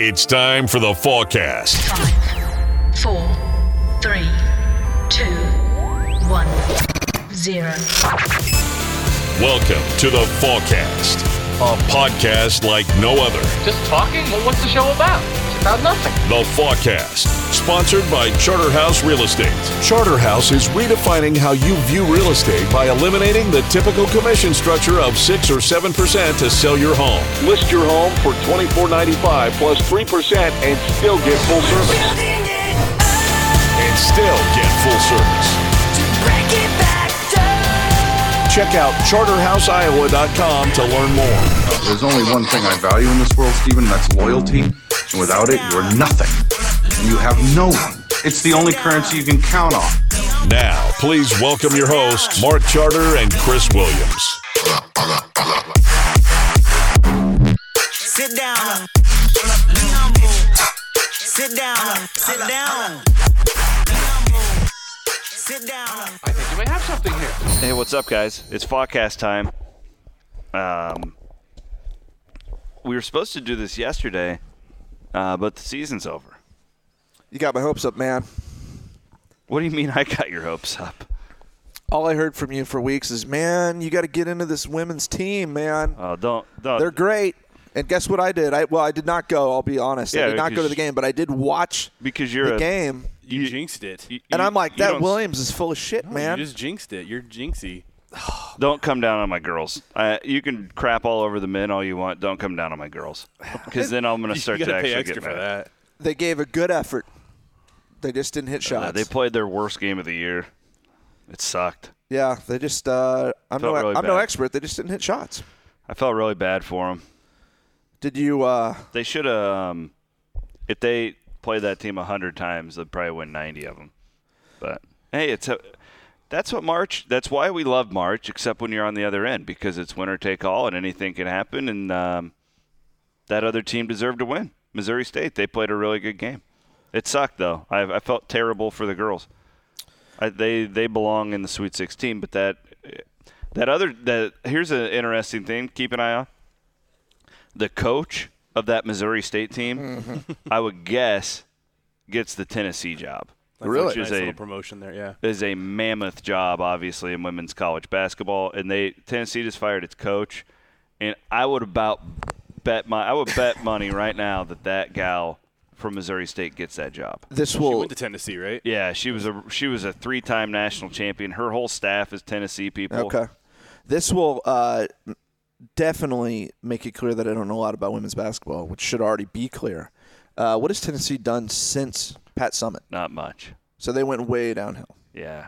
It's time for the forecast. Five, four, three, two, one, zero. Welcome to the forecast, a podcast like no other. Just talking? Well, what's the show about? It's about nothing. The Forecast, sponsored by Charterhouse Real Estate. Charterhouse is redefining how you view real estate by eliminating the typical commission structure of 6 or 7% to sell your home. List your home for $24.95 plus 3% and still get full service. And still get full service. Check out charterhouseiowa.com to learn more. There's only one thing I value in this world, Stephen, and that's loyalty. And without it, you're nothing. And you have no one. It's the only currency you can count on. Now, please welcome your hosts, Mark Charter and Chris Williams. Sit down. Sit down. Sit down. Sit down. I think you may have something here. Hey, what's up, guys? It's podcast time. Um, we were supposed to do this yesterday, uh, but the season's over. You got my hopes up, man. What do you mean I got your hopes up? All I heard from you for weeks is, man, you got to get into this women's team, man. Oh, don't, don't. They're great. And guess what I did? I well, I did not go. I'll be honest. Yeah, I did not go because- to the game, but I did watch Because you're the a- game. You, You- jinxed it. You- And you- I'm like, you that don't- Williams is full of shit, man. You just jinxed it. You're jinxy. Don't come down on my girls. Uh, you can crap all over the men all you want. Don't come down on my girls, because then I'm going to you start gotta to pay actually extra get for mad. that. they gave a good effort. They just didn't hit Uh, shots. they played their worst game of the year. It sucked. yeah, they just. Uh, I'm no. Felt really I'm no bad. expert. They just didn't hit shots. I felt really bad for them. Did you? Uh, They should have. Um, if they play that team hundred times, they'd probably win ninety of them. But hey, it's a. That's what March. That's why we love March, except when you're on the other end, because it's winner take all, and anything can happen. And um, that other team deserved to win. Missouri State. They played a really good game. It sucked though. I, I felt terrible for the girls. I, they they belong in the Sweet 16, but that that other that here's an interesting thing. Keep an eye on the coach of that Missouri State team. I would guess gets the Tennessee job, which Nice is little a promotion there. Yeah. is a mammoth job, obviously, in women's college basketball. And they Tennessee just fired its coach, and I would about bet my I would bet money right now that that gal from Missouri State gets that job. this You will. went to Tennessee, right? Yeah, she was a she was a three time national champion. Her whole staff is Tennessee people. Okay. This will uh, definitely make it clear that I don't know a lot about women's basketball, which should already be clear. Uh, what has Tennessee done since Pat Summit? not much. So they went way downhill. Yeah,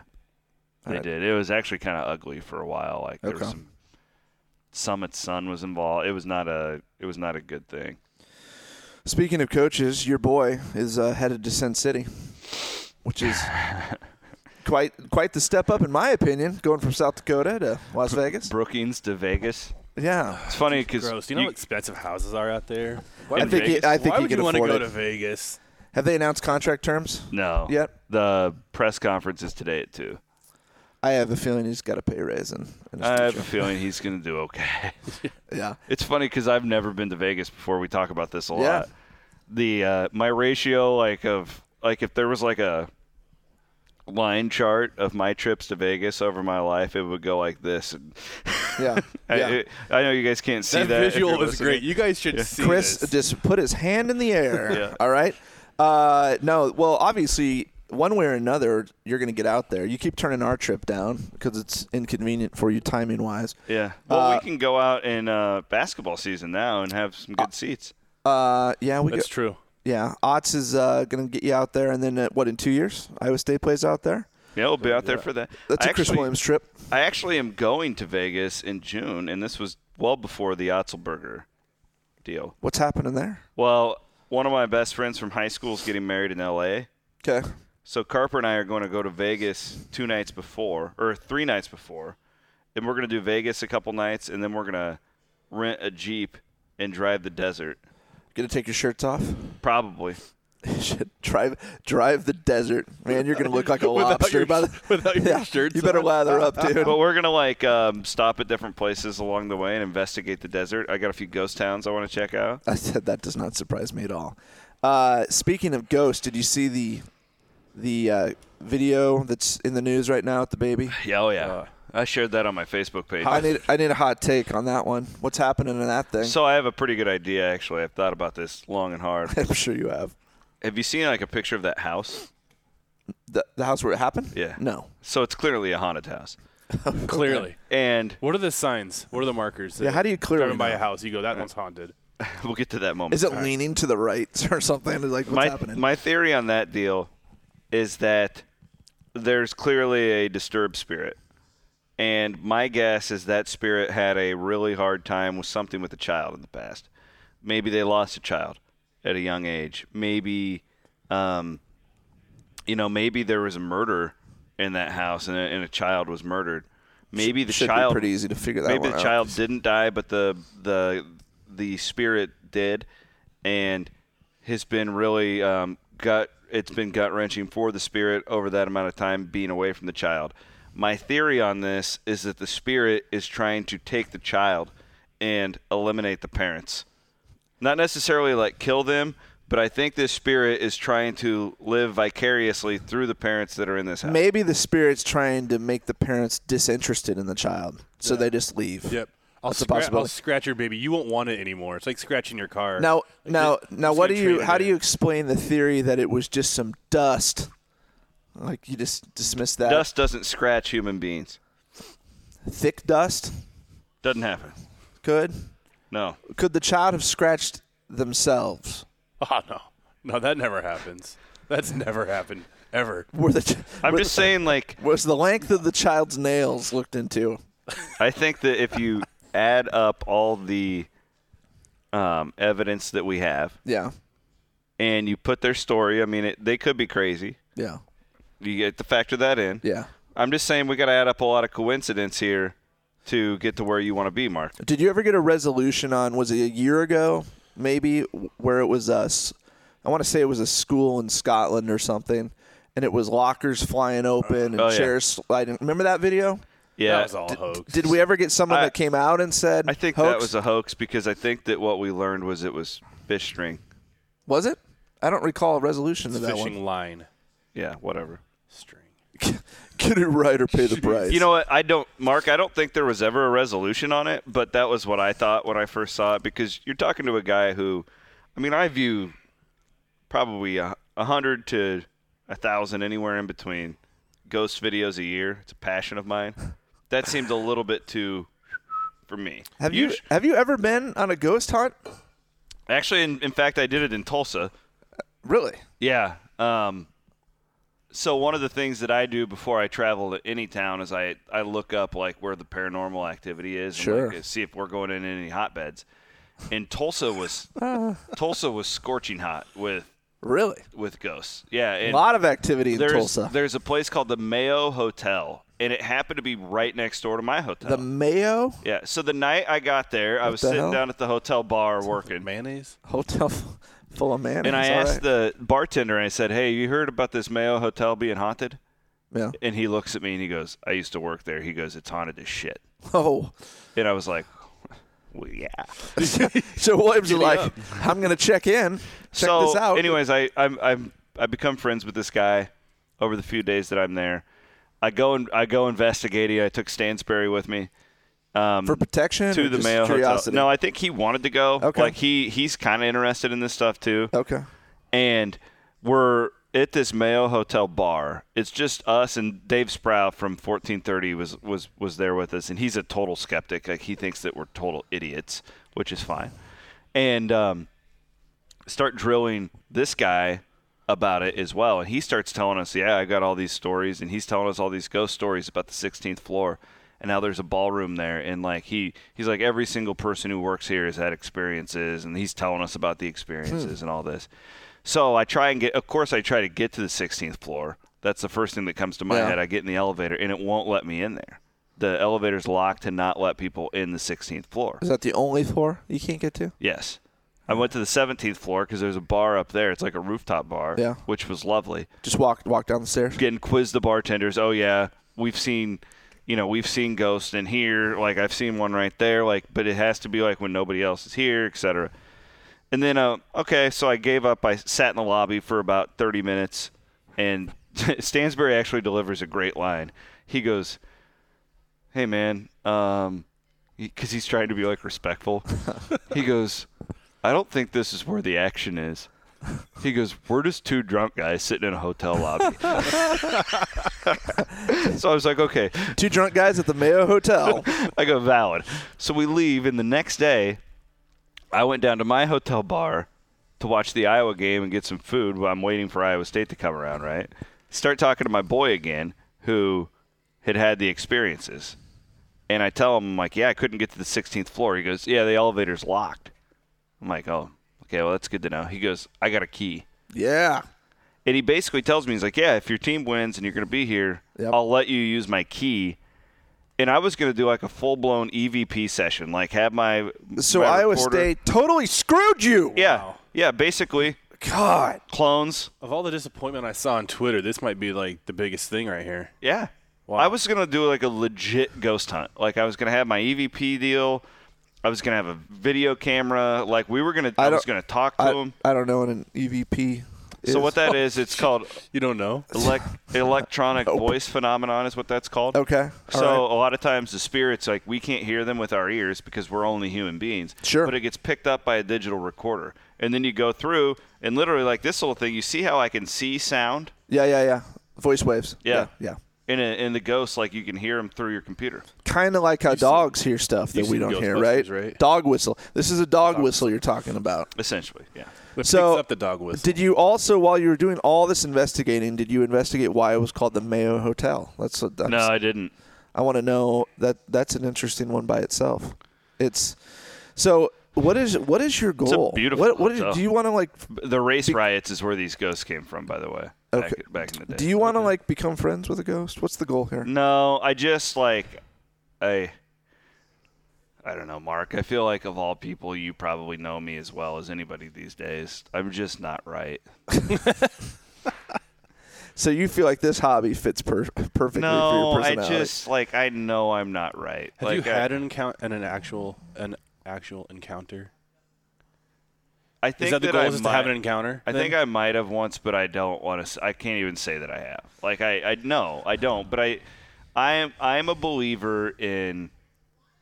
All they right. did. It was actually kind of ugly for a while. Like there was Okay. some Summit's son was involved. It was not a it was not a good thing. Speaking of coaches, your boy is uh, headed to Sin City, which is quite quite the step up, in my opinion, going from South Dakota to Las Vegas. Brookings to Vegas. Yeah, It's funny because Gross. Do you know how expensive houses are out there? I in think he- Vegas? I think Why he would could you wanna afford go it. to Vegas? have they announced contract terms? No. Yep. The press conference is today at two. I have a feeling he's got a pay raise in. in Uh, his I have a future. feeling he's going to do okay. yeah, it's funny because I've never been to Vegas before. We talk about this a Yeah. lot. The uh, my ratio like of like if there was like a line chart of my trips to Vegas over my life, it would go like this. And yeah, I, yeah. I know you guys can't see that. that if visual you're was listening. great. You guys should see Chris this. just put his hand in the air. Yeah. All right. Uh, no, well, obviously, one way or another, you're going to get out there. You keep turning our trip down because it's inconvenient for you timing wise. Yeah. Well, Uh, we can go out in uh, basketball season now and have some good seats. Uh, yeah, we That's go- true. yeah. Otts is uh, going to get you out there, and then uh, what in two years? Iowa State plays out there. Yeah, we'll be out there for that. That's I a Chris actually- Williams trip. I actually am going to Vegas in June, and this was well before the Otzelberger deal. What's happening there? Well, one of my best friends from high school is getting married in L.A., Okay. so Carper and I are going to go to Vegas two nights before, or three nights before, and we're going to do Vegas a couple nights, and then we're going to rent a jeep and drive the desert, Going to take your shirts off? probably. You should drive drive the desert, man. You're gonna look like a Without lobster your- by the without your yeah, shirts You better on. lather up, dude. But we're gonna like um, stop at different places along the way and investigate the desert. I got a few ghost towns I want to check out. I said that does not surprise me at all. Uh, speaking of ghosts, did you see the the uh, video that's in the news right now with the baby? Yeah, oh yeah. I shared that on my Facebook page. I need I need a hot take on that one. What's happening in that thing? so I have a pretty good idea actually. I've thought about this long and hard. I'm sure you have have you seen like a picture of that house? the the house where it happened. Yeah. No. So it's clearly a haunted house. Clearly. And What are the signs? What are the markers? Yeah, how do you clearly Driving by know? a house, you go, that one's haunted. we'll get to that moment. Is it leaning to the right or something? Like what's my, happening? my theory on that deal is that there's clearly a disturbed spirit. And my guess is that spirit had a really hard time with something with a child in the past. Maybe they lost a child at a young age. Maybe, um, you know, maybe there was a murder in that house and a, and a child was murdered. Maybe the Should child be pretty easy to figure that maybe one the out. child didn't die, but the the the spirit did, and has been really um, gut. It's been gut wrenching for the spirit over that amount of time being away from the child. My theory on this is that the spirit is trying to take the child and eliminate the parents. Not necessarily like kill them, but I think this spirit is trying to live vicariously through the parents that are in this house. Maybe the spirit's trying to make the parents disinterested in the child, so they just leave. Yep. I'll, That's a scra- I'll possibility. scratch your baby. You won't want it anymore. It's like scratching your car. Now, Like, now, just- now, just what do gonna you? trade How it do in. you explain the theory that it was just some dust? Like you just dismiss that Dust doesn't scratch human beings. thick dust. Doesn't happen. Could No. could the child have scratched themselves? Oh, no. No, that never happens. That's never happened. Ever. Were the ch- I'm were just the- saying, like, Was the length of the child's nails looked into? I think that if you add up all the um, evidence that we have Yeah, and you put their story, I mean, it, they could be crazy. yeah, You get to factor that in. yeah. I'm just saying we got to add up a lot of coincidence here to get to where you want to be, Mark. Did you ever get a resolution on? Was it a year ago, maybe, where it was us? I want to say it was a school in Scotland or something, and it was lockers flying open and Oh, yeah. chairs sliding. Remember that video? Yeah. That was all a hoax. Did we ever get someone I- that came out and said? I think hoax? that was a hoax because I think that what we learned was it was fish string. Was it? I don't recall a resolution to that Fishing line Yeah, whatever. string. one. get it right or pay the price. You know what? I don't, Mark. I don't think there was ever a resolution on it, but that was what I thought when I first saw it because you're talking to a guy who, I mean, I view probably a, a hundred to a thousand anywhere in between ghost videos a year. It's a passion of mine. That seemed a little bit too for me. have you Usu- have you ever been on a ghost hunt? actually? In, in fact, I did it in Tulsa. Really? Yeah. Um, so one of the things that I do before I travel to any town is I, I look up like where the paranormal activity is Sure. and like, see if we're going in any hotbeds. And Tulsa was Tulsa was scorching hot with Really? with ghosts. Yeah, A and lot of activity in there's Tulsa. there's a place called the Mayo Hotel, and it happened to be right next door to my hotel. the Mayo yeah, so the night I got there, I was the sitting hell? down at the hotel bar working, Mayonnaise? Hotel f- full of man. and I asked the bartender, and I said, "Hey, you heard about this Mayo Hotel being haunted?" Yeah. And he looks at me and he goes, I used to work there. He goes, it's haunted as shit. Oh. And I was like, well, yeah. So Williams is like, I'm gonna check in, check so, this out. anyways, I I'm, I'm I become friends with this guy over the few days that I'm there. I go and I go investigating. I took Stansberry with me um, for protection to or the just Mayo curiosity? Hotel. No, I think he wanted to go. Okay. Like he he's kind of interested in this stuff too. okay. and we're at this Mayo Hotel bar. It's just us and Dave Sproul from 1430 was was was there with us, and he's a total skeptic. Like he thinks that we're total idiots, which is fine. And um, start drilling this guy about it as well, and he starts telling us, "Yeah, I got all these stories," and he's telling us all these ghost stories about the 16th floor. And now there's a ballroom there, and like he, he's like every single person who works here has had experiences, and he's telling us about the experiences and all this. So I try and get, of course, I try to get to the 16th floor. That's the first thing that comes to my Yeah. head. I get in the elevator and it won't let me in there. The elevator's locked to not let people in the 16th floor. Is that the only floor you can't get to? Yes. I went to the 17th floor because there's a bar up there. It's like a rooftop bar, Yeah. which was lovely. Just walk walk down the stairs. Getting quizzed the bartenders. Oh yeah, we've seen, you know, we've seen ghosts in here. Like I've seen one right there. Like, but it has to be like when nobody else is here, etc. And then, uh, okay, so I gave up. I sat in the lobby for about 30 minutes, and Stansbury actually delivers a great line. He goes, "Hey man," because he's trying to be like respectful. he goes, "I don't think this is where the action is." He goes, "We're just two drunk guys sitting in a hotel lobby." so I was like, "Okay." Two drunk guys at the Mayo Hotel. I go valid. So we leave, and the next day, I went down to my hotel bar to watch the Iowa game and get some food while I'm waiting for Iowa State to come around. Right? Start talking to my boy again, who had had the experiences, and I tell him, I'm like, yeah, I couldn't get to the 16th floor. He goes, yeah, the elevator's locked. I'm like, oh, okay, well that's good to know. He goes, I got a key. yeah. And he basically tells me, he's like, yeah, if your team wins and you're going to be here, Yep. I'll let you use my key. And I was going to do like a full blown EVP session, like have my. So my Iowa recorder- State totally screwed you. Yeah. Yeah, basically God. clones. Of all the disappointment I saw on Twitter, this might be like the biggest thing right here. Yeah. I was going to do like a legit ghost hunt. Like I was going to have my EVP deal. I was going to have a video camera. Like we were going to, I, was don't- going to talk to I, him. I don't know what an EVP is. So what that is, it's called You don't know? elec- electronic voice phenomenon is what that's called. Okay. So All a lot of times the spirits like we can't hear them with our ears because we're only human beings. Sure. But it gets picked up by a digital recorder, and then you go through and literally like this little thing. You see how I can see sound? Yeah, yeah, yeah. Voice waves. Yeah. Yeah. In a, in the ghost, like you can hear them through your computer. Kind of like how dogs hear stuff that you've we seen don't hear, right? Ghostbusters, right? Dog whistle. This is a dog, whistle you're talking about. Essentially, yeah. It So- picks up the dog whistle. Did you also, while you were doing all this investigating, did you investigate why it was called the Mayo Hotel? That's what. That's, No, I didn't. I want to know that. That's an interesting one by itself. It's so. What is what is your goal? beautiful What, what is- hotel. do you want to like? The race riots is where these ghosts came from, by the way. Okay. Back, back in the day. Do you want to like become friends with a ghost? What's the goal here? No, I just like I I don't know, Mark. I feel like of all people you probably know me as well as anybody these days. I'm just not right. So you feel like this hobby fits per- perfectly No, for your I personality? just like I know I'm not right. Have like you had I, an encounter, an, an actual, an actual encounter? I think Is that the goal? I Is to have might- an encounter? I then? think I might have once, but I don't want to. I can't even say that I have. Like I, I no, I don't. But I, I am, I am a believer in.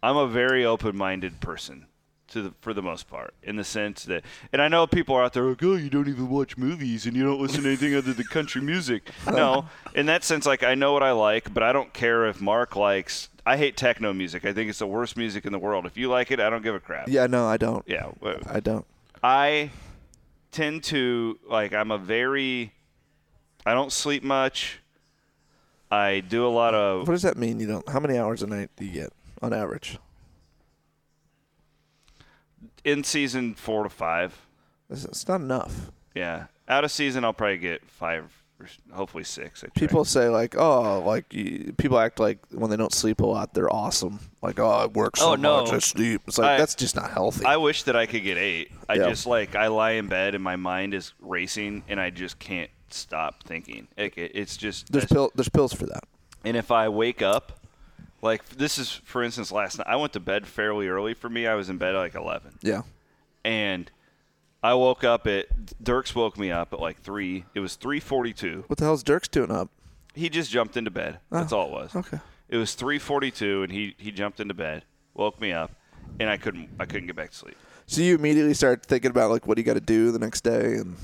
I'm a very open-minded person, to the for the most part, in the sense that, and I know people are out there like, oh, you don't even watch movies and you don't listen to anything other than country music. No, in that sense, like I know what I like, but I don't care if Mark likes. I hate techno music. I think it's the worst music in the world. If you like it, I don't give a crap. Yeah, no, I don't. Yeah. wha- I don't. I tend to like I'm a very I don't sleep much. I do a lot What of does that mean? You don't? How many hours a night do you get on average? in season 4 to 5. It's, it's not enough. Yeah. Out of season I'll probably get 5 or s- hopefully 6. I try. People say like, oh, like y people act like when they don't sleep a lot, they're awesome. Like, oh, I work so Oh, no. much, I sleep. It's like I- that's just not healthy. I wish that I could get 8. I Yeah. just like I lie in bed and my mind is racing and I just can't stop thinking. Like, it, it's just there's pill, there's pills for that. And if I wake up, like this is for instance last night I went to bed fairly early for me. I was in bed at like 11. Yeah. and I woke up at Dirks woke me up at like three. It was three forty-two. What the hell's Dirk's doing up? He just jumped into bed. That's all it was. Oh, okay. It was three forty-two, and he he jumped into bed, woke me up, and I couldn't I couldn't get back to sleep. So you immediately start thinking about like what you got to do the next day, and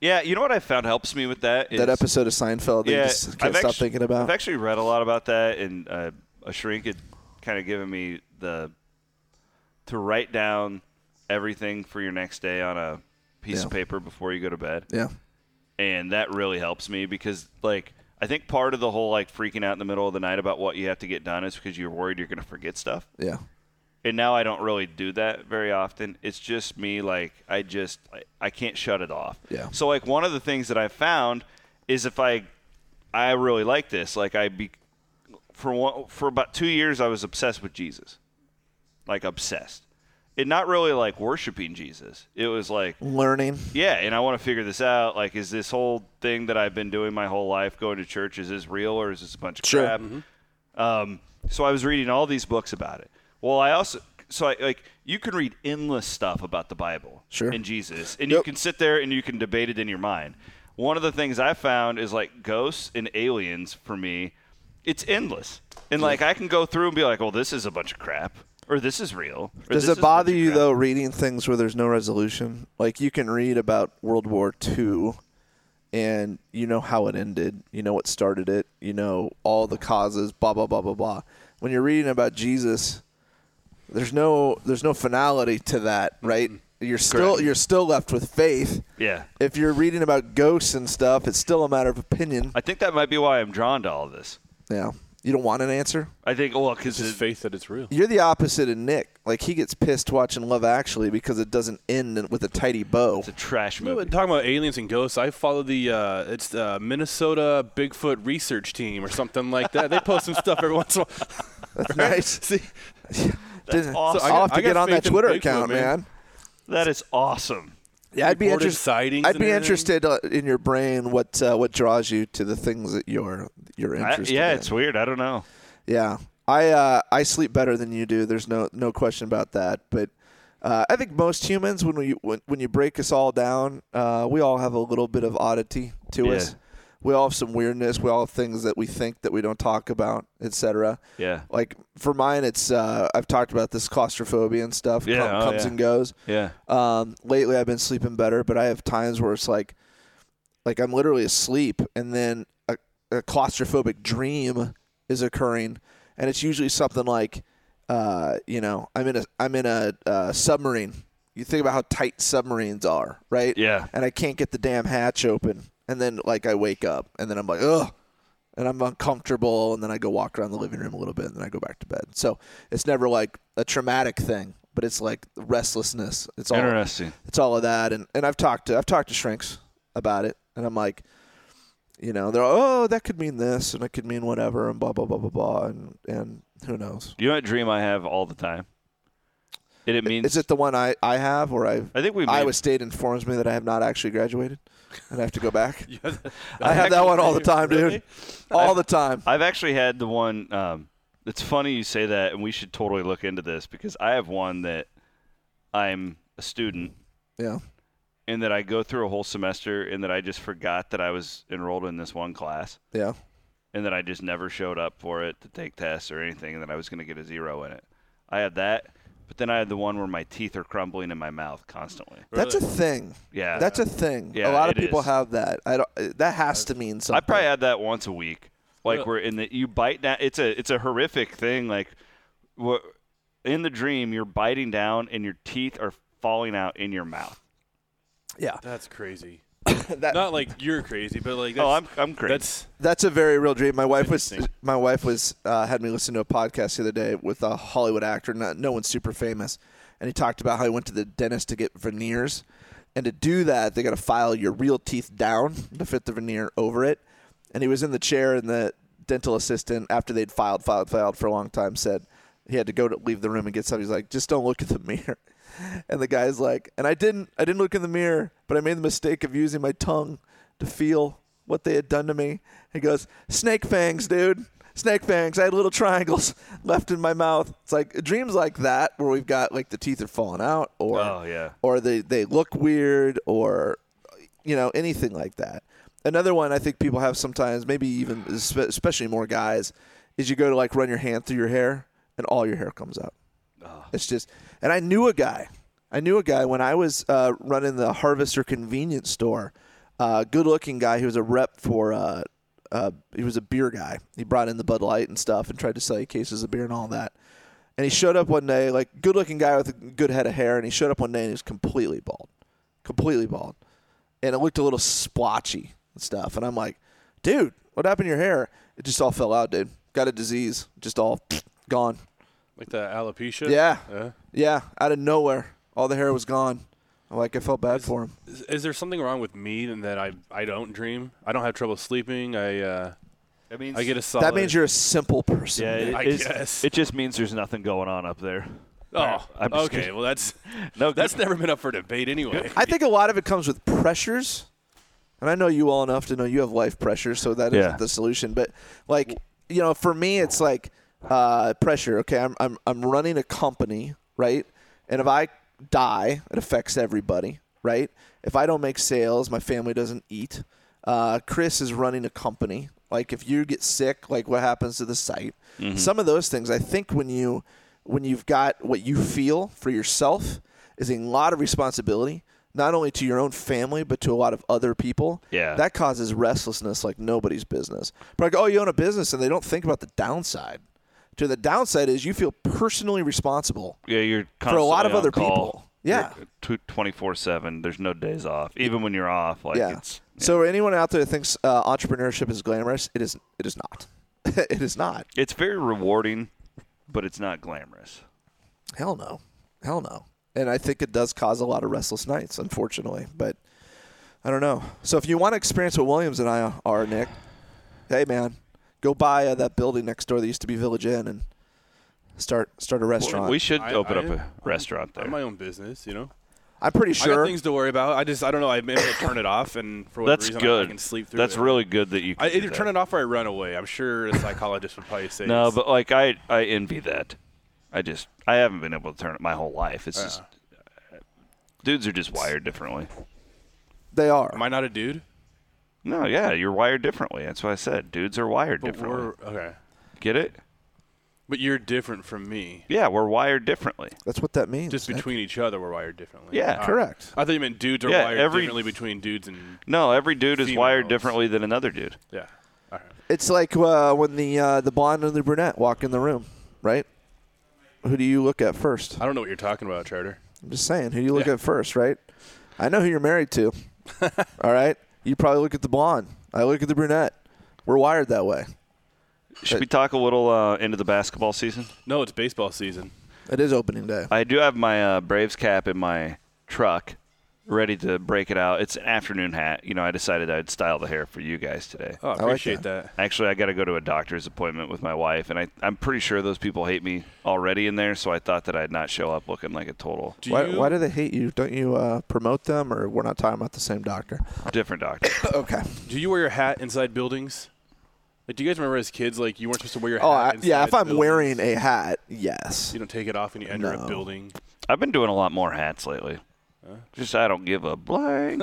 Yeah, you know what I found helps me with that. Is, that episode of Seinfeld that you Yeah, just can't I've stop actu- thinking about. I've actually read a lot about that, and uh, a shrink had kind of given me the to write down everything for your next day on a piece of Yeah. paper before you go to bed. yeah. and that really helps me because like I think part of the whole like freaking out in the middle of the night about what you have to get done is because you're worried you're going to forget stuff. Yeah. And now I don't really do that very often. It's just me like I just I, I can't shut it off. Yeah. So like one of the things that I found is if I I really like this like I be for one, for about 2 years I was obsessed with Jesus. Like obsessed. and not really like worshiping Jesus. It was like, Learning. yeah, and I want to figure this out. Like, is this whole thing that I've been doing my whole life, going to church, is this real or is this a bunch of Sure. crap? Um, so I was reading all these books about it. Well, I also so I like you can read endless stuff about the Bible Sure. and Jesus, and you Yep. can sit there and you can debate it in your mind. One of the things I found is like ghosts and aliens for me, it's endless. And like I can go through and be like, well, this is a bunch of crap, or this is real. or "This Does is it a bother bunch of you crap." though reading things where there's no resolution? Like you can read about World War II and you know how it ended, you know what started it, you know all the causes, blah blah blah blah blah. When you're reading about Jesus, there's no there's no finality to that, right? You're still Correct. you're still left with faith. Yeah. If you're reading about ghosts and stuff, it's still a matter of opinion. I think that might be why I'm drawn to all of this. yeah. You don't want an answer? I think, well, because Just faith that it's real. You're the opposite of Nick. Like he gets pissed watching Love Actually because it doesn't end with a tidy bow. it's a trash No, movie. but talking about aliens and ghosts, I follow the uh, it's the Minnesota Bigfoot research team or something like that. They post some stuff every once in a while. That's nice. See, Didn't- awesome. I'll have I to got get on that faith in Twitter Bigfoot, account, man. man. That is awesome. Yeah, I'd be Reported interested. sightings I'd and be everything. interested uh, in your brain what uh, what draws you to the things that you're you're I- interested. yeah, in. it's weird. I don't know. yeah. I uh, I sleep better than you do. There's no no question about that. But uh, I think most humans, when we when, when you break us all down, uh, we all have a little bit of oddity to Yeah. us. We all have some weirdness. We all have things that we think that we don't talk about, etc. Yeah. Like for mine, it's uh, I've talked about this claustrophobia and stuff. Yeah, com- oh, comes yeah. and goes. Yeah. Um, lately, I've been sleeping better, but I have times where it's like, like I'm literally asleep, and then a, a claustrophobic dream is occurring, and it's usually something like, uh, you know, I'm in a I'm in a uh, submarine. You think about how tight submarines are, right? Yeah. And I can't get the damn hatch open, and then like I wake up, and then I'm like, ugh. And I'm uncomfortable, and then I go walk around the living room a little bit, and then I go back to bed. So it's never like a traumatic thing, but it's like restlessness. It's Oh. all Interesting. it's all of that and, and I've talked to I've talked to shrinks about it and I'm like you know they're oh that could mean this and it could mean whatever and blah blah blah blah blah and and who knows You know what dream I have all the time? And it means is it the one I, I have or I've I think we Iowa made- State informs me that I have not actually graduated and I have to go back I I have that actually- one all the time dude Really? all the time I've actually had the one. Um, it's funny you say that, and we should totally look into this because I have one that I'm a student yeah and that I go through a whole semester and that I just forgot that I was enrolled in this one class yeah and that I just never showed up for it to take tests or anything and that I was going to get a zero in it. I had that, but then I had the one where my teeth are crumbling in my mouth constantly. that's a thing Yeah. that's a thing Yeah, a lot of it people is. have that I don't, that has to mean something I probably had that once a week. Like where in the you bite down. It's a it's a horrific thing. Like wha- in the dream, you're biting down and your teeth are falling out in your mouth. yeah That's crazy. That- Not like you're crazy, but like that's, Oh, I'm I'm crazy. that's That's a very real dream. My wife was Interesting. my wife was uh, had me listen to a podcast the other day with a Hollywood actor, not no one's super famous, and he talked about how he went to the dentist to get veneers, and to do that they got to file your real teeth down to fit the veneer over it, and he was in the chair and the dental assistant after they'd filed filed filed for a long time said he had to go to leave the room and get something. He's like, just don't look at the mirror. And the guy's like, and I didn't, I didn't look in the mirror, but I made the mistake of using my tongue to feel what they had done to me. He goes, snake fangs, dude, snake fangs. I had little triangles left in my mouth. It's like dreams like that where we've got like the teeth are falling out, or Oh, yeah. or they they look weird, or you know anything like that. Another one I think people have sometimes, maybe even espe- especially more guys, is you go to like run your hand through your hair and all your hair comes out. It's just, and I knew a guy. I knew a guy when I was uh, running the Harvester convenience store. Uh, good-looking guy. He was a rep for. Uh, uh, he was a beer guy. He brought in the Bud Light and stuff, and tried to sell you cases of beer and all that. And he showed up one day, like good-looking guy with a good head of hair, and he showed up one day and he was completely bald, completely bald, and it looked a little splotchy and stuff. And I'm like, dude, what happened to your hair? It just all fell out, dude. Got a disease, just all gone. like the alopecia. Yeah. Uh, Yeah, out of nowhere, all the hair was gone. Like I felt bad for him. is, is there something wrong with me and that I I don't dream? I don't have trouble sleeping. I uh, That means I get a solid. That means you're a simple person. Yeah, dude. it, I it's- guess. it just means there's nothing going on up there. Oh, I'm just okay. kidding. Well, that's No, that's good- never been up for debate anyway. I think a lot of it comes with pressures, and I know you well enough to know you have life pressures, so that Yeah. not the solution. But like, you know, for me, it's like uh, pressure. Okay, I'm, I'm I'm running a company, right? And if I die, it affects everybody, right? If I don't make sales, my family doesn't eat. Uh, Chris is running a company. Like, if you get sick, like what happens to the site? Some of those things. I think when you when you've got what you feel for yourself is a lot of responsibility, not only to your own family but to a lot of other people. Yeah. that causes restlessness like nobody's business. But like, oh, you own a business, and they don't think about the downside. To the downside is you feel personally responsible. Yeah, you're a lot constantly of on other call. people. Yeah. You're tw- 24/7. There's no days off. Even when you're off, like yeah. it's So anyone out there that thinks uh, entrepreneurship is glamorous, it is. It is not. it is not. it's very rewarding, but it's not glamorous. Hell no. Hell no. And I think it does cause a lot of restless nights, unfortunately. But I don't know. So if you want to experience what Williams and I are, Nick, hey man, go buy uh, that building next door that used to be Village Inn and start start a restaurant. We should I- open I- up a restaurant I there. have my own business, you know. I'm pretty I got sure. things to worry about. I just I don't know. I'm able to turn it off, and for whatever That's reason, I- good. I can sleep through. That's it. really good that you. Can I do either that. turn it off or I run away. I'm sure a psychologist would probably say No, it's- but like I, I envy that. I just, I haven't been able to turn it my whole life. Uh. It's just, dudes are just wired differently. they are. am I not a dude? No, yeah, you're wired differently. That's what I said. Dudes are wired differently. okay. Get it? But you're different from me. Yeah, we're wired differently. That's what that means. Just Nick. between each other, we're wired differently. Yeah, All right. Correct. I thought you meant dudes are Yeah, wired every- differently between dudes and No, every dude is wired Females. differently than another dude. yeah. All right. It's like uh, when the uh, the blonde and the brunette walk in the room, right? Who do you look at first? I don't know what you're talking about, Charter. I'm just saying, who do you look Yeah. at first, right? I know who you're married to. all right, you probably look at the blonde. I look at the brunette. We're wired that way. Should Uh, we talk a little uh, into the basketball season? No, it's baseball season. It is opening day. I do have my uh, Braves cap in my truck, ready to break it out. It's an afternoon hat. You know, I decided I'd style the hair for you guys today. Oh, I like appreciate that. that. Actually, I got to go to a doctor's appointment with my wife, and I, I'm pretty sure those people hate me already in there. So I thought that I'd not show up looking like a total Do Why, you, why do they hate you? Don't you uh, promote them, or we're not talking about the same doctor? different doctor. Okay. do you wear your hat inside buildings? Like, do you guys remember as kids, like you weren't supposed to wear your hat? Oh, I, yeah. inside If I'm buildings? wearing a hat, yes. you don't take it off when you enter a No. building. I've been doing a lot more hats lately. Just I don't give a blank.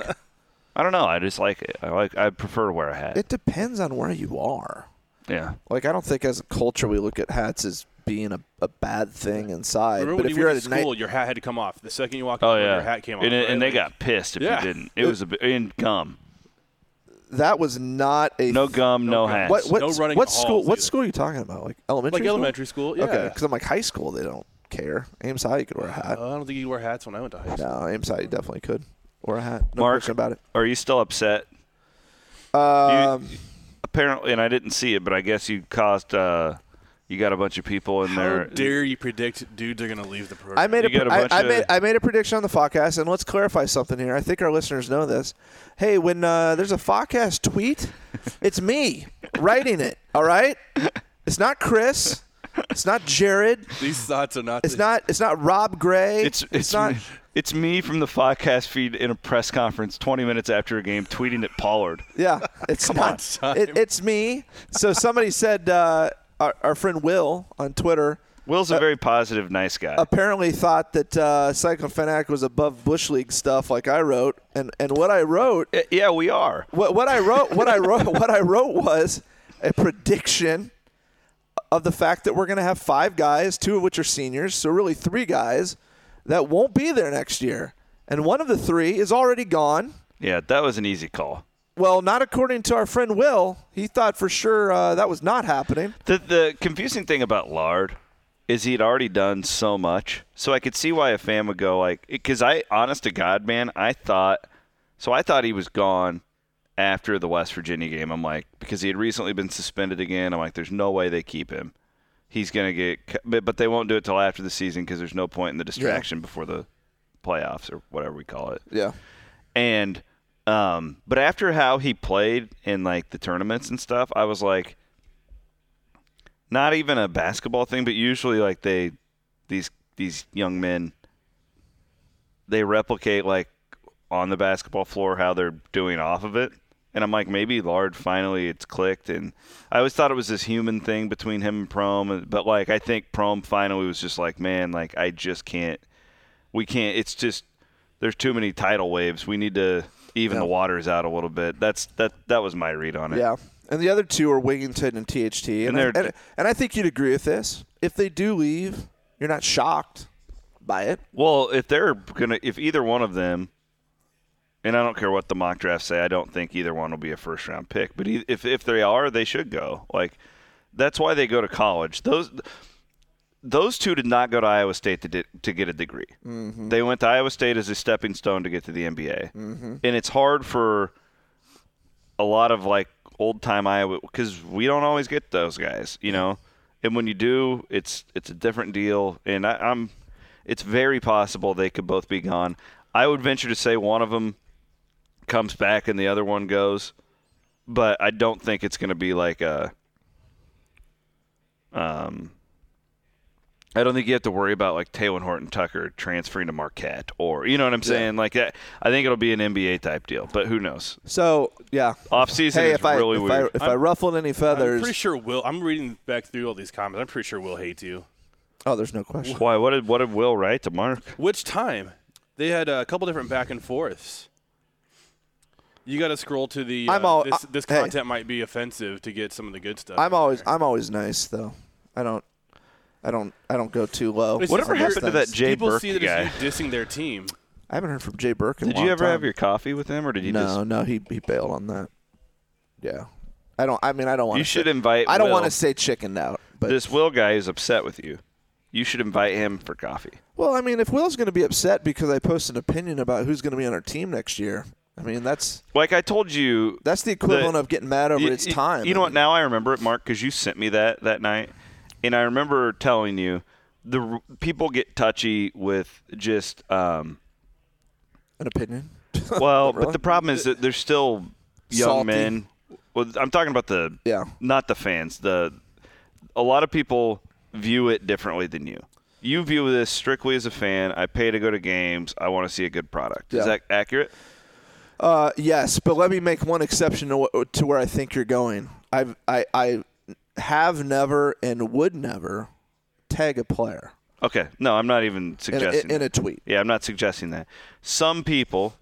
I don't know. I just like it. I like. I prefer to wear a hat. It depends on where you are. yeah. Like I don't think as a culture we look at hats as being a, a bad thing inside. Remember but when if you are went at to a night- school, your hat had to come off. The second you walked Oh in, yeah. your hat came off. and, right? and they Like, got pissed if Yeah. you didn't. It was a bit in gum. that was not a No gum. No, No gum. hats. What what No running what in school? halls What either. school are you talking about? Like elementary? like school? elementary school. Yeah. Okay, because I'm like high school. They don't care. Ames High, you could wear a hat. Uh, I don't think you wore hats when I went to high school. No, Ames High, you definitely could wear a hat. No Mark, question about it. Are you still upset? Um, Apparently, and I didn't see it, but I guess you caused. Uh, you got a bunch of people in How there. dare you predict dudes are gonna leave the program? I made a You got a pre- I- bunch I of- made I made a prediction on the podcast, and let's clarify something here. I think our listeners know this. Hey, when uh, there's a podcast tweet, it's me writing it. All right, it's not Chris. It's not Jared. These thoughts are not. It's not. It's not Rob Gray. It's it's, not. me, it's me from the podcast feed in a press conference 20 minutes after a game, tweeting at Pollard. Yeah, it's not. on, It, it's me. So somebody said uh, our, our friend Will on Twitter Will's a very positive, nice guy. apparently thought that uh, Psychofenac was above bush league stuff, like I wrote, and and what I wrote, Uh, yeah, we are. what, what I wrote, what I wrote, what I wrote was a prediction of the fact that we're going to have five guys, two of which are seniors, so really three guys that won't be there next year, and one of the three is already gone. Yeah, that was an easy call. Well, not according to our friend Will. He thought for sure uh, that was not happening. The the confusing thing about Lard is he'd already done so much, so I could see why a fan would go like, because I, honest to God, man, I thought, so I thought he was gone after the West Virginia game. I'm like, because he had recently been suspended again. I'm like, there's no way they keep him. He's gonna get, cu- but, but they won't do it till after the season because there's no point in the distraction before the playoffs or whatever we call it. Yeah. And um, but after how he played in like the tournaments and stuff, I was like, not even a basketball thing, but usually like they these these young men they replicate like on the basketball floor how they're doing off of it. And I'm like, maybe Lard finally it's clicked. And I always thought it was this human thing between him and Prom, but like I think Prom finally was just like, man, like I just can't, we can't. It's just there's too many tidal waves. We need to even the waters out a little bit. That's that that was my read on it. Yeah. And the other two are Wigginton and THT. And, And they're- I, and, and I think you'd agree with this. If they do leave, you're not shocked by it. Well, if they're gonna, if either one of them, and I don't care what the mock drafts say, I don't think either one will be a first round pick. But e- if if they are, they should go. Like that's why they go to college. Those those two did not go to Iowa State to, di- to get a degree. They went to Iowa State as a stepping stone to get to the NBA. And it's hard for a lot of like old time Iowa because we don't always get those guys, you know. And when you do, it's it's a different deal. And I, I'm, it's very possible they could both be gone. I would venture to say one of them comes back and the other one goes, but I don't think it's going to be like a. Um, I don't think you have to worry about like Taylor Horton Tucker transferring to Marquette or you know what I'm saying like that. I think it'll be an NBA type deal, but who knows? So, yeah. Off season hey, is if I, really if weird. I, if I ruffled any I'm feathers. pretty sure Will. I'm reading back through all these comments. I'm pretty sure Will hates you. oh, there's no question. Why? What did what did Will write to Mark? Which time? They had a couple different back and forths. You got to scroll to the. uh, I'm all- this, I- this hey. content might be offensive to get some of the good stuff. I'm in always there. I'm always nice though. I don't I don't I don't go too low. It's Whatever just- on happened those to that things. Jay People Burke see that guy? as you dissing their team. I haven't heard from Jay Burke in a Did long you ever time. have your coffee with him, or did you no, just? no, he he bailed on that. Yeah, I don't. I mean, I don't want. You should invite. I don't Will. want to say chickened out, but This Will guy is upset with you. You should invite him for coffee. well, I mean, if Will's going to be upset because I post an opinion about who's going to be on our team next year, I mean, that's Like I told you, that's the equivalent The- of getting mad over you- it's you- time. You know I what? mean, Now I remember it, Mark, because you sent me that that night, and I remember telling you the r- people get touchy with just. um An opinion. Well, Oh, Really? but the problem is that they're still young Salty. men. Well, I'm talking about the Yeah. not the fans. The a lot of people view it differently than you. You view this strictly as a fan. I pay to go to games. I want to see a good product. Is Yeah. that accurate? Uh, yes, but let me make one exception to, wh- to where I think you're going. I've I I have never and would never tag a player Okay. No, I'm not even in a, suggesting. in a that. tweet. yeah, I'm not suggesting that. Some people,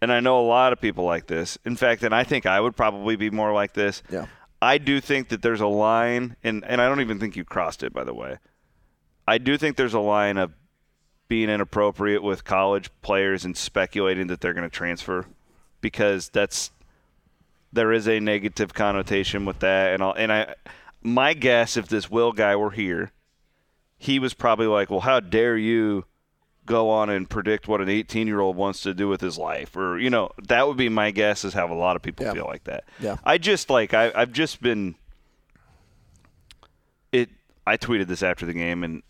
and I know a lot of people like this. In fact, and I think I would probably be more like this. Yeah. I do think that there's a line, and, and I don't even think you crossed it, by the way. I do think there's a line of being inappropriate with college players and speculating that they're going to transfer because that's there is a negative connotation with that and all and I my guess if this Will guy were here he was probably like well how dare you go on and predict what an 18 year old wants to do with his life or you know that would be my guess is how a lot of people Yeah. feel like that Yeah. I just like I, I've just been it I tweeted this after the game and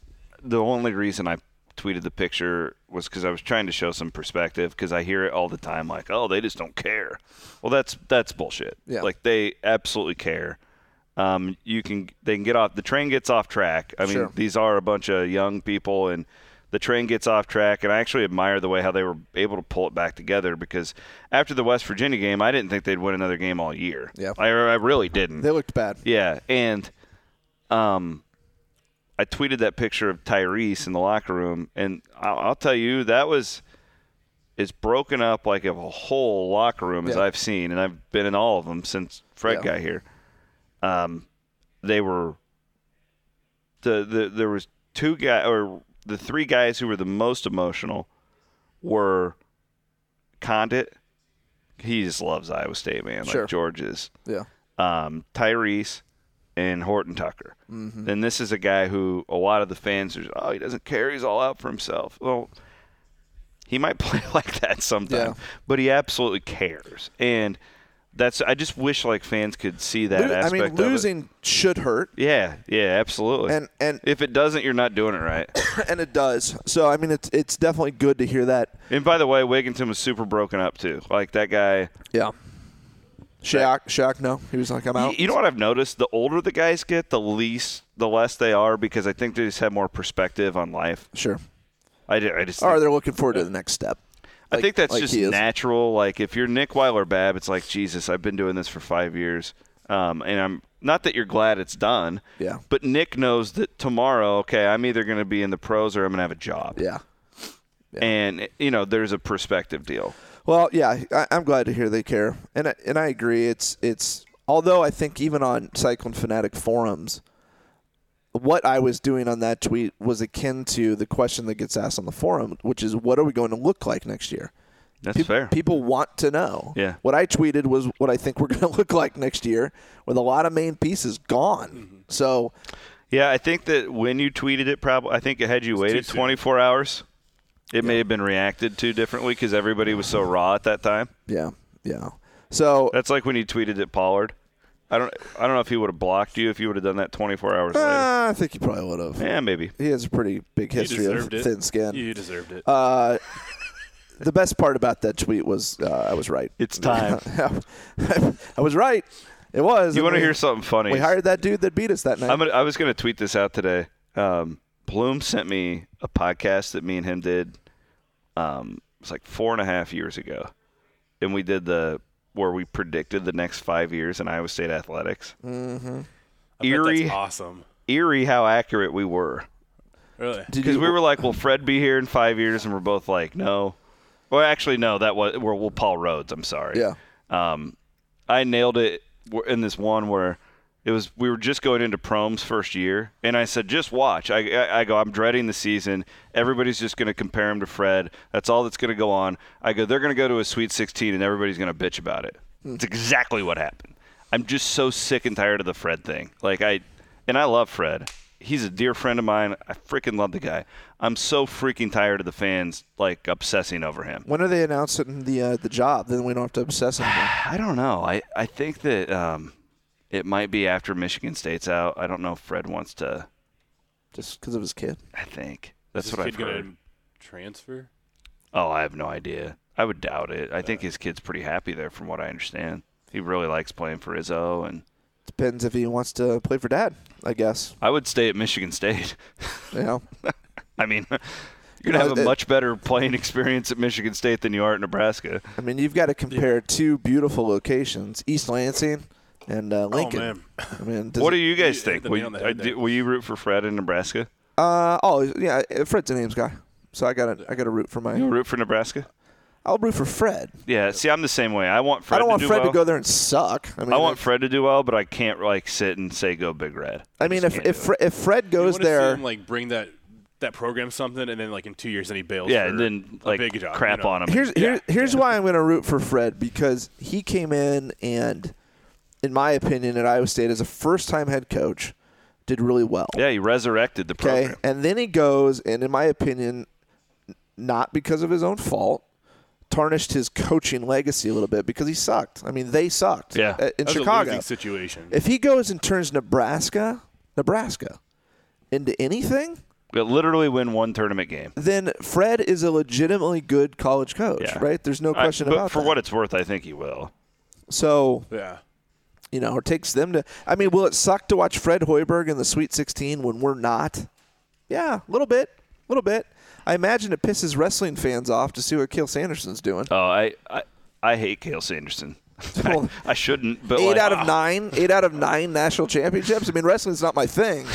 the only reason I tweeted the picture was cuz I was trying to show some perspective cuz I hear it all the time like oh they just don't care. Well that's that's bullshit. Yeah. Like they absolutely care. Um you can they can get off the train gets off track. I mean Sure. these are a bunch of young people and the train gets off track and I actually admire the way how they were able to pull it back together because after the West Virginia game I didn't think they'd win another game all year. Yeah. I, I really didn't. They looked bad. Yeah, and um, I tweeted that picture of Tyrese in the locker room, and I'll, I'll tell you that was as broken up like of a whole locker room as Yeah. I've seen, and I've been in all of them since Fred Yeah. got here. Um, they were the, the there was two guy or the three guys who were the most emotional were Condit. He just loves Iowa State, man. Like Sure. George is Yeah. um, Tyrese and Horton Tucker. Mm-hmm. mm And this is a guy who a lot of the fans are, oh, he doesn't care. He's all out for himself. Well, he might play like that sometime, Yeah. but he absolutely cares. And that's, I just wish like fans could see that Lo- I aspect mean, of it. losing should hurt, Yeah, yeah, absolutely. And- and- if it doesn't, you're not doing it right. and it does. So I mean, it's it's definitely good to hear that. and by the way, Wigginton was super broken up too. Like that guy. Yeah. Shaq, Shaq, no, he was like, I'm out. You, you know what I've noticed? The older the guys get, the least the less they are because I think they just have more perspective on life. Sure. I, ju- I just Or they're looking forward to the next step. I think that's like just he is. natural. Like if you're Nick Weiler Bab, it's like Jesus. I've been doing this for five years, um, and I'm not that you're glad it's done. Yeah. But Nick knows that tomorrow, okay, I'm either going to be in the pros or I'm going to have a job. Yeah. And you know, there's a perspective deal. Well, yeah, I, I'm glad to hear they care, and I, and I agree. It's it's although I think even on Cyclone Fanatic forums, what I was doing on that tweet was akin to the question that gets asked on the forum, which is what are we going to look like next year? That's Peop- fair. People want to know. Yeah. What I tweeted was what I think we're going to look like next year, with a lot of main pieces gone. So yeah, I think that when you tweeted it, probably I think had you waited soon. 24 hours, it may have been reacted to differently because everybody was so raw at that time. yeah, yeah. So That's like when you tweeted at Pollard. I don't, I don't know if he would have blocked you if you would have done that 24 hours later. uh, I think you probably would have. Yeah, maybe. He has a pretty big You history of deserved it. thin skin. You deserved it. the best part about that tweet was uh, I was right. It's time. I was right. It was. You And want to we- hear something funny? We hired that dude that beat us that night. I'm gonna, I was going to tweet this out today. Um, Bloom sent me a podcast that me and him did. Um, it was like four and a half years ago, and we did the where we predicted the next five years in Iowa State athletics. Mm-hmm. Eerie, That's awesome. eerie, how accurate we were Really? Did because you- we were like, "Will Fred be here in five years?" And we're both like, "No." Well, actually, no. That was well, well Paul Rhodes. I'm sorry. Yeah. um, I nailed it w- in this one where it was we were just going into Prom's first year, and I said, just watch. I, I, I go, I'm dreading the season. Everybody's just going to compare him to Fred. That's all that's going to go on. I go, they're going to go to a Sweet 16, and everybody's going to bitch about it. It's exactly what happened. I'm just so sick and tired of the Fred thing. Like I, and I love Fred. He's a dear friend of mine. I freaking love the guy. I'm so freaking tired of the fans like obsessing over him. When are they announcing the uh, the job? Then we don't have to obsess anymore. I don't know. I, I think that um, it might be after Michigan State's out. I don't know if Fred wants to. just because of his kid. I think that's Is what this I've kid gonna heard. Transfer? Oh, I have no idea. I would doubt it. I Uh. think his kid's pretty happy there, from what I understand. He really likes playing for Izzo, and Depends if he wants to play for dad. I guess. I would stay at Michigan State. You know. I mean, you're gonna know, have a it- much better playing experience at Michigan State than you are at Nebraska. I mean, you've got to compare two beautiful locations: East Lansing and uh, Lincoln. man. I mean, does What do it- you guys hit think? the Will nail you, on the head uh, do- there. will you root for Fred in Nebraska? Uh, oh, yeah. Fred's an Ames guy, so I got to I got to root for You'll my. root for Nebraska? I'll root for Fred. Yeah. See, I'm the same way. I want Fred. I don't to want do Fred well. to go there and suck. I mean, I want Fred to do well, but I can't like sit and say go Big Red. I mean, just if can't if, do Fre- if Fred You goes wanna see there, him, like bring that that program something, and then like in two years, then he bails. it. yeah, for and then a like big job, crap you know? on him. here's here, here's why I'm going to root for Fred because he came in and, in my opinion, at Iowa State as a first-time head coach, did really well. yeah, he resurrected the Okay, program. and then he goes and, in my opinion, n- not because of his own fault, tarnished his coaching legacy a little bit because he sucked. I mean, they sucked. Yeah. uh, That in was Chicago. a losing situation. If he goes and turns Nebraska, Nebraska, into anything, But literally win one tournament game. then Fred is a legitimately good college coach, Yeah. right? There's no I- question but about for that. what it's worth, I think he will. so yeah, you know, it takes them to. I mean, will it suck to watch Fred Hoiberg in the Sweet 16 when we're not? Yeah, a little bit, a little bit. I imagine it pisses wrestling fans off to see what Keel Sanderson's doing. Oh, I I, I hate Kale Sanderson. I, Well, I shouldn't, but eight like, out of ah, nine, eight out of nine national championships. I mean, wrestling's not my thing,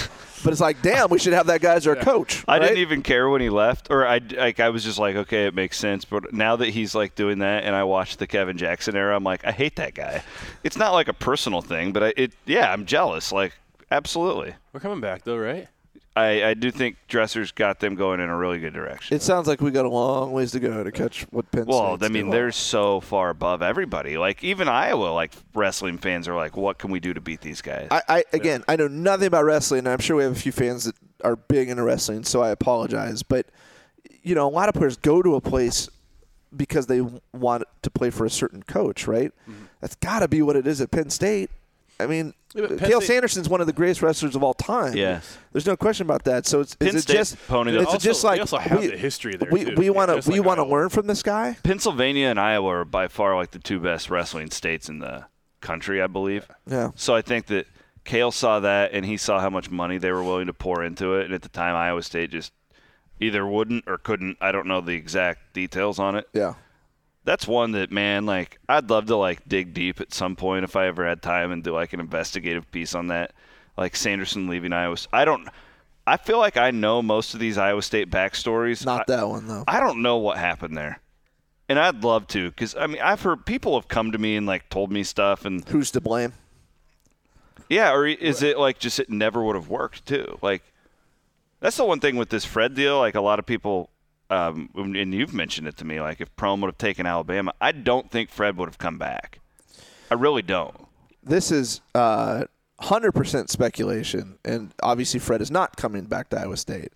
but it's like, damn, we should have that guy as our coach. I didn't right? even care when he left, or I like I was just like, okay, it makes sense. But now that he's like doing that, and I watched the Kevin Jackson era, I'm like, I hate that guy. It's not like a personal thing, but I, it yeah, I'm jealous. Like absolutely. we're coming back though, right? I, I do think Dresser's got them going in a really good direction. It sounds like we got a long ways to go to catch what Penn well, State's I mean, doing. they're so far above everybody. Like even Iowa, like wrestling fans are like, what can we do to beat these guys? I, I again, I know nothing about wrestling. And I'm sure we have a few fans that are big into wrestling, so I apologize. But you know, a lot of players go to a place because they want to play for a certain coach, right? That's got to be what it is at Penn State. I mean, Mm-hmm. Yeah, but Penn Kale State- Sanderson's one of the greatest wrestlers of all time. Yes. there's no question about that. So it's Penn is it State just ponied up. is it just Also, like they also have we, the history there, We too. we want Yeah, to just like we uh, want to Iowa. learn from this guy. Pennsylvania and Iowa are by far like the two best wrestling states in the country, I believe. Yeah. So I think that Kale saw that and he saw how much money they were willing to pour into it. And at the time, Iowa State just either wouldn't or couldn't. I don't know the exact details on it. Yeah. That's one that, man, like I'd love to like dig deep at some point if I ever had time and do like an investigative piece on that. Like Sanderson leaving Iowa. S- I don't. I feel like I know most of these Iowa State backstories. Not I- that one though. I don't know what happened there. And I'd love to, because I mean, I've heard people have come to me and like told me stuff, and Who's to blame? yeah, or is it like just it never would have worked too? Like that's the one thing with this Fred deal. Like a lot of people, um, and you've mentioned it to me. Like if Prom would have taken Alabama, I don't think Fred would have come back. I really don't. This is uh, 100% speculation, and obviously Fred is not coming back to Iowa State.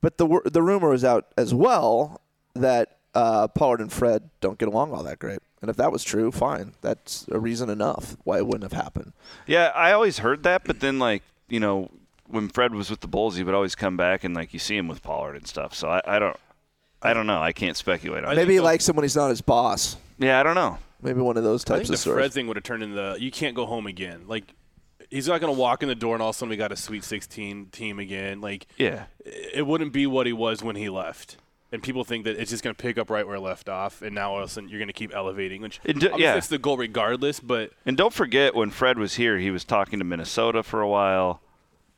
But the wor- the rumor is out as well that uh, Pollard and Fred don't get along all that great. And if that was true, fine. That's a reason enough why it wouldn't have happened. Yeah, I always heard that, but then like you know, when Fred was with the Bulls, he would always come back, and like you see him with Pollard and stuff. So I, I don't, I don't know. I can't speculate on. it. Maybe he likes someone he's not his boss. Yeah, I don't know. Maybe one of those I types think the of stories. Fred thing would have turned into the you can't go home again. Like he's not going to walk in the door and all of a sudden we got a Sweet 16 team again. Like Yeah. it wouldn't be what he was when he left. And people think that it's just going to pick up right where it left off, and now all of a sudden you're going to keep elevating, which It do- obviously yeah. that's the goal regardless. But And don't forget when Fred was here, he was talking to Minnesota for a while.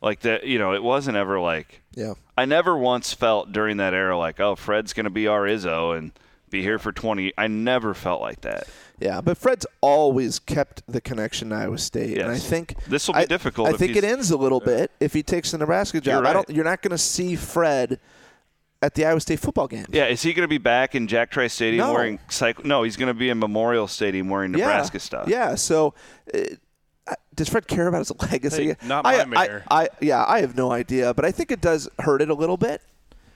Like that, you know, it wasn't ever like yeah. I never once felt during that era like, oh, Fred's going to be our Izzo and be here for 20. I never felt like that. Yeah, but Fred's always kept the connection to Iowa State, and I Yes. think This will be I- difficult I if think it he's- ends a little bit if he takes the Nebraska job. You're I right. don't. You're not going to see Fred at the Iowa State football game. Yeah, is he going to be back in Jack Trice Stadium No. wearing cycle? No, he's going to be in Memorial Stadium wearing Yeah. Nebraska stuff. Yeah. So, uh, I- does Fred care about his legacy? Hey, not I- my I- mayor. I, yeah, I have no idea, but I think it does hurt it a little bit.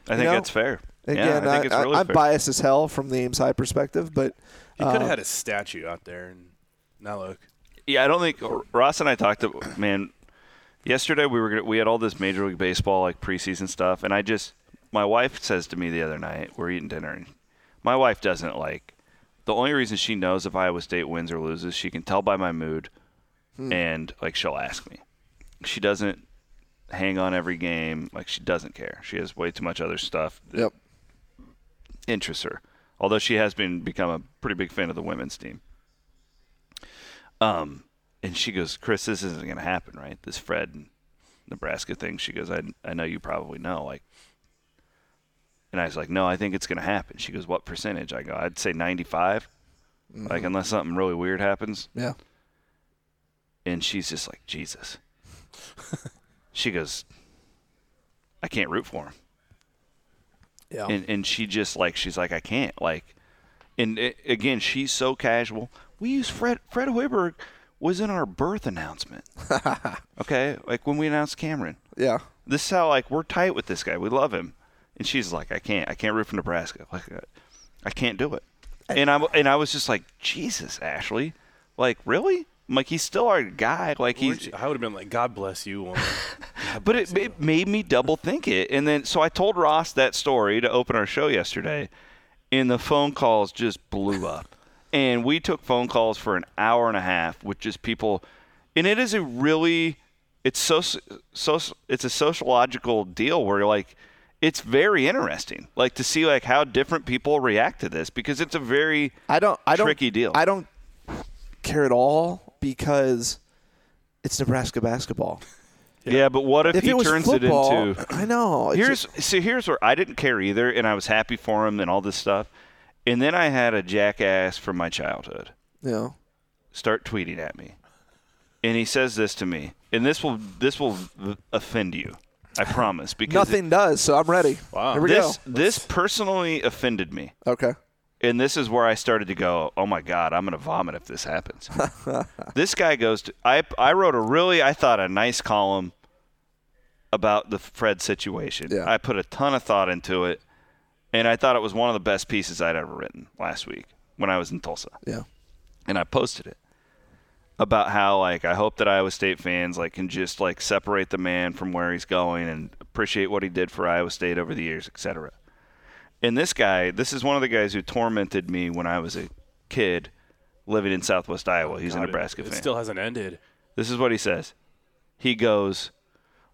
I think You know, that's fair. Again, yeah, I think it's really am fair. biased as hell from the Ames High perspective, but he Uh, could have had a statue out there, and now look. Yeah, I don't think uh, Ross and I talked. To, man, yesterday we were gonna, we had all this Major League Baseball like preseason stuff, and I just my wife says to me the other night we're eating dinner, and my wife doesn't like the only reason she knows if Iowa State wins or loses, she can tell by my mood, and like she'll ask me. She doesn't hang on every game. Like she doesn't care. She has way too much other stuff that yep. interests her. Although she has been become a pretty big fan of the women's team. Um, and she goes, Chris, this isn't going to happen, right? This Fred and Nebraska thing. She goes, I I know you probably know, like. And I was like, no, I think it's going to happen. She goes, what percentage? I go, I'd say 95. Like unless something really weird happens. Yeah. And she's just like, Jesus. she goes, I can't root for him Yeah. and and she just like she's like I can't like, and a- again she's so casual. We use Fred Fred Hoiberg was in our birth announcement. okay, like when we announced Cameron. yeah. This is how like we're tight with this guy. We love him, and she's like I can't I can't root for Nebraska. Like uh, I can't do it. And I and I was just like Jesus Ashley, like really? I'm like he's still our guy. Like he's I would have been like, God bless you, woman. but it, it made me double think it. And then, so I told Ross that story to open our show yesterday, and the phone calls just blew up. And we took phone calls for an hour and a half with just people. And it is a really, it's so, so it's a sociological deal where like, it's very interesting, like to see like how different people react to this because it's a very I don't. I don't. tricky deal. I don't care at all because it's Nebraska basketball. yeah, but what if, If he it was turns football, it into I know. It's Here's so here's where I didn't care either, and I was happy for him and all this stuff. And then I had a jackass from my childhood you know, start tweeting at me, and he says this to me, and this will this will offend you, I promise. Because nothing does. So I'm ready. Wow. Here we this go. this personally offended me, Okay. and this is where I started to go, oh my god, I'm gonna vomit if this happens. this guy goes to I I wrote a really I thought a nice column about the Fred situation. Yeah. I put a ton of thought into it, and I thought it was one of the best pieces I'd ever written last week when I was in Tulsa, Yeah. and I posted it about how like I hope that Iowa State fans like can just like separate the man from where he's going and appreciate what he did for Iowa State over the years, etc. And this guy, this is one of the guys who tormented me when I was a kid living in Southwest Iowa. He's a Nebraska it fan. still hasn't ended. This is what he says. he goes,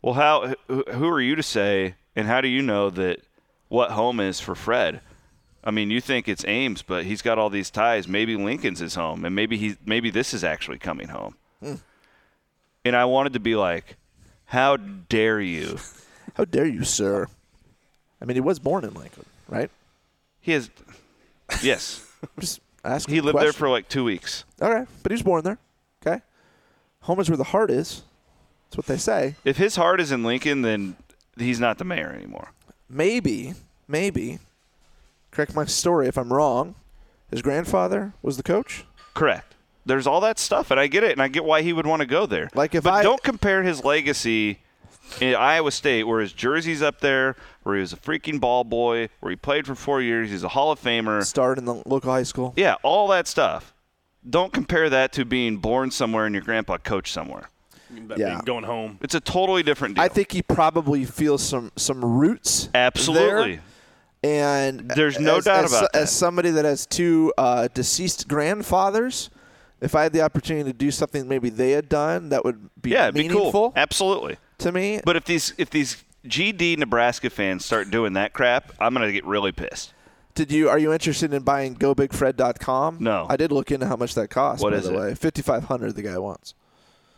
"Well, how? Who who are you to say? And how do you know that what home is for Fred? I mean, you think it's Ames, but he's got all these ties. Maybe Lincoln's his home, and maybe he maybe this is actually coming home." And I wanted to be like, "How dare you?" How dare you, sir? I mean, he was born in Lincoln, right? He has, yes, Just ask. he lived there for like two weeks. for. All right, but he was born there. Okay, home is where the heart is. That's what they say. If his heart is in Lincoln, then he's not the mayor anymore. Maybe, maybe. Correct my story if I'm wrong. His grandfather was the coach. Correct. There's all that stuff, and I get it, and I get why he would want to go there. Like, if but I- don't compare his legacy in Iowa State, where his jersey's up there, where he was a freaking ball boy, where he played for four years, he's a Hall of Famer. Starred in the local high school. Yeah, all that stuff. Don't compare that to being born somewhere and your grandpa coached somewhere. That Yeah. being going home. It's a totally different deal. I think he probably feels some some roots. there. absolutely. And There's no as- doubt as, about that. As somebody that has two uh, deceased grandfathers, if I had the opportunity to do something maybe they had done, that would be yeah, it'd be meaningful cool. Absolutely. to me. But if these if these GD Nebraska fans start doing that crap, I'm gonna get really pissed. Did you are you interested in buying gobigfred.com? No. I did look into how much that costs. What by is the it? way, fifty five hundred the guy wants.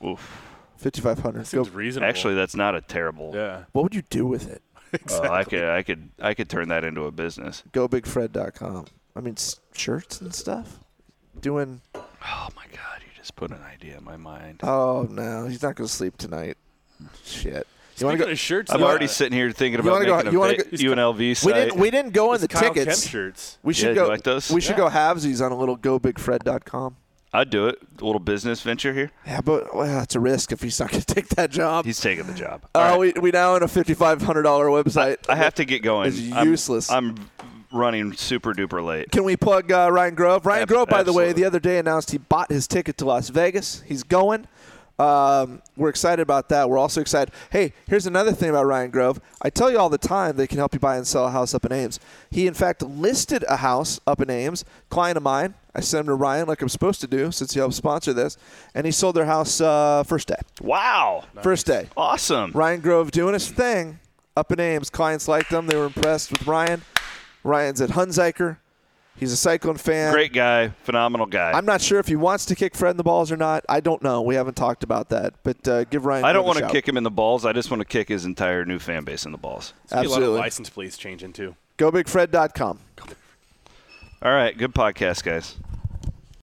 Oof. Fifty five hundred. Seems reasonable. Actually, that's not a terrible. yeah. What would you do with it? Uh, I could, I could, I could turn that into a business. Gobigfred.com. I mean, s- shirts and stuff. Doing. Oh my God, you just put an idea in my mind. Oh no, he's not going to sleep tonight. Shit. You want Speaking to go? of shirts, I'm uh, already sitting here thinking you about wanna go- making you wanna a go- va- UNLV We site. didn't. We didn't go on the Kyle Kemp tickets. shirts. We should Yeah, you go. like those? We should Yeah. go halvesies on a little gobigfred.com. I'd do it. A little business venture here. Yeah, but well, that's a risk if he's not going to take that job. He's taking the job. Oh, All right. we, we now own a fifty five hundred dollar website. I have to get going. It's I'm- useless. I'm, running super duper late. Can we plug uh, Ryan Grove? Ryan Ab- Grove, by the way, absolutely. the other day announced he bought his ticket to Las Vegas. He's going. Um, we're excited about that. We're also excited. Hey, here's another thing about Ryan Grove. I tell you all the time they can help you buy and sell a house up in Ames. He, in fact, listed a house up in Ames. Client of mine, I sent him to Ryan like I'm supposed to do since he helped sponsor this, and he sold their house uh, first day. Wow. First day. Awesome. Ryan Grove doing his thing up in Ames. Clients liked him. They were impressed with Ryan. Ryan's at Hunziker. He's a Cyclone fan. Great guy. Phenomenal guy. I'm not sure if he wants to kick Fred in the balls or not. I don't know. We haven't talked about that. But uh, give Ryan. I don't want to kick him in the balls. I just want to kick his entire new fan base in the balls. There's gonna be A lot of Absolutely. license plates changing too. GoBigFred.com. All right. Good podcast, guys.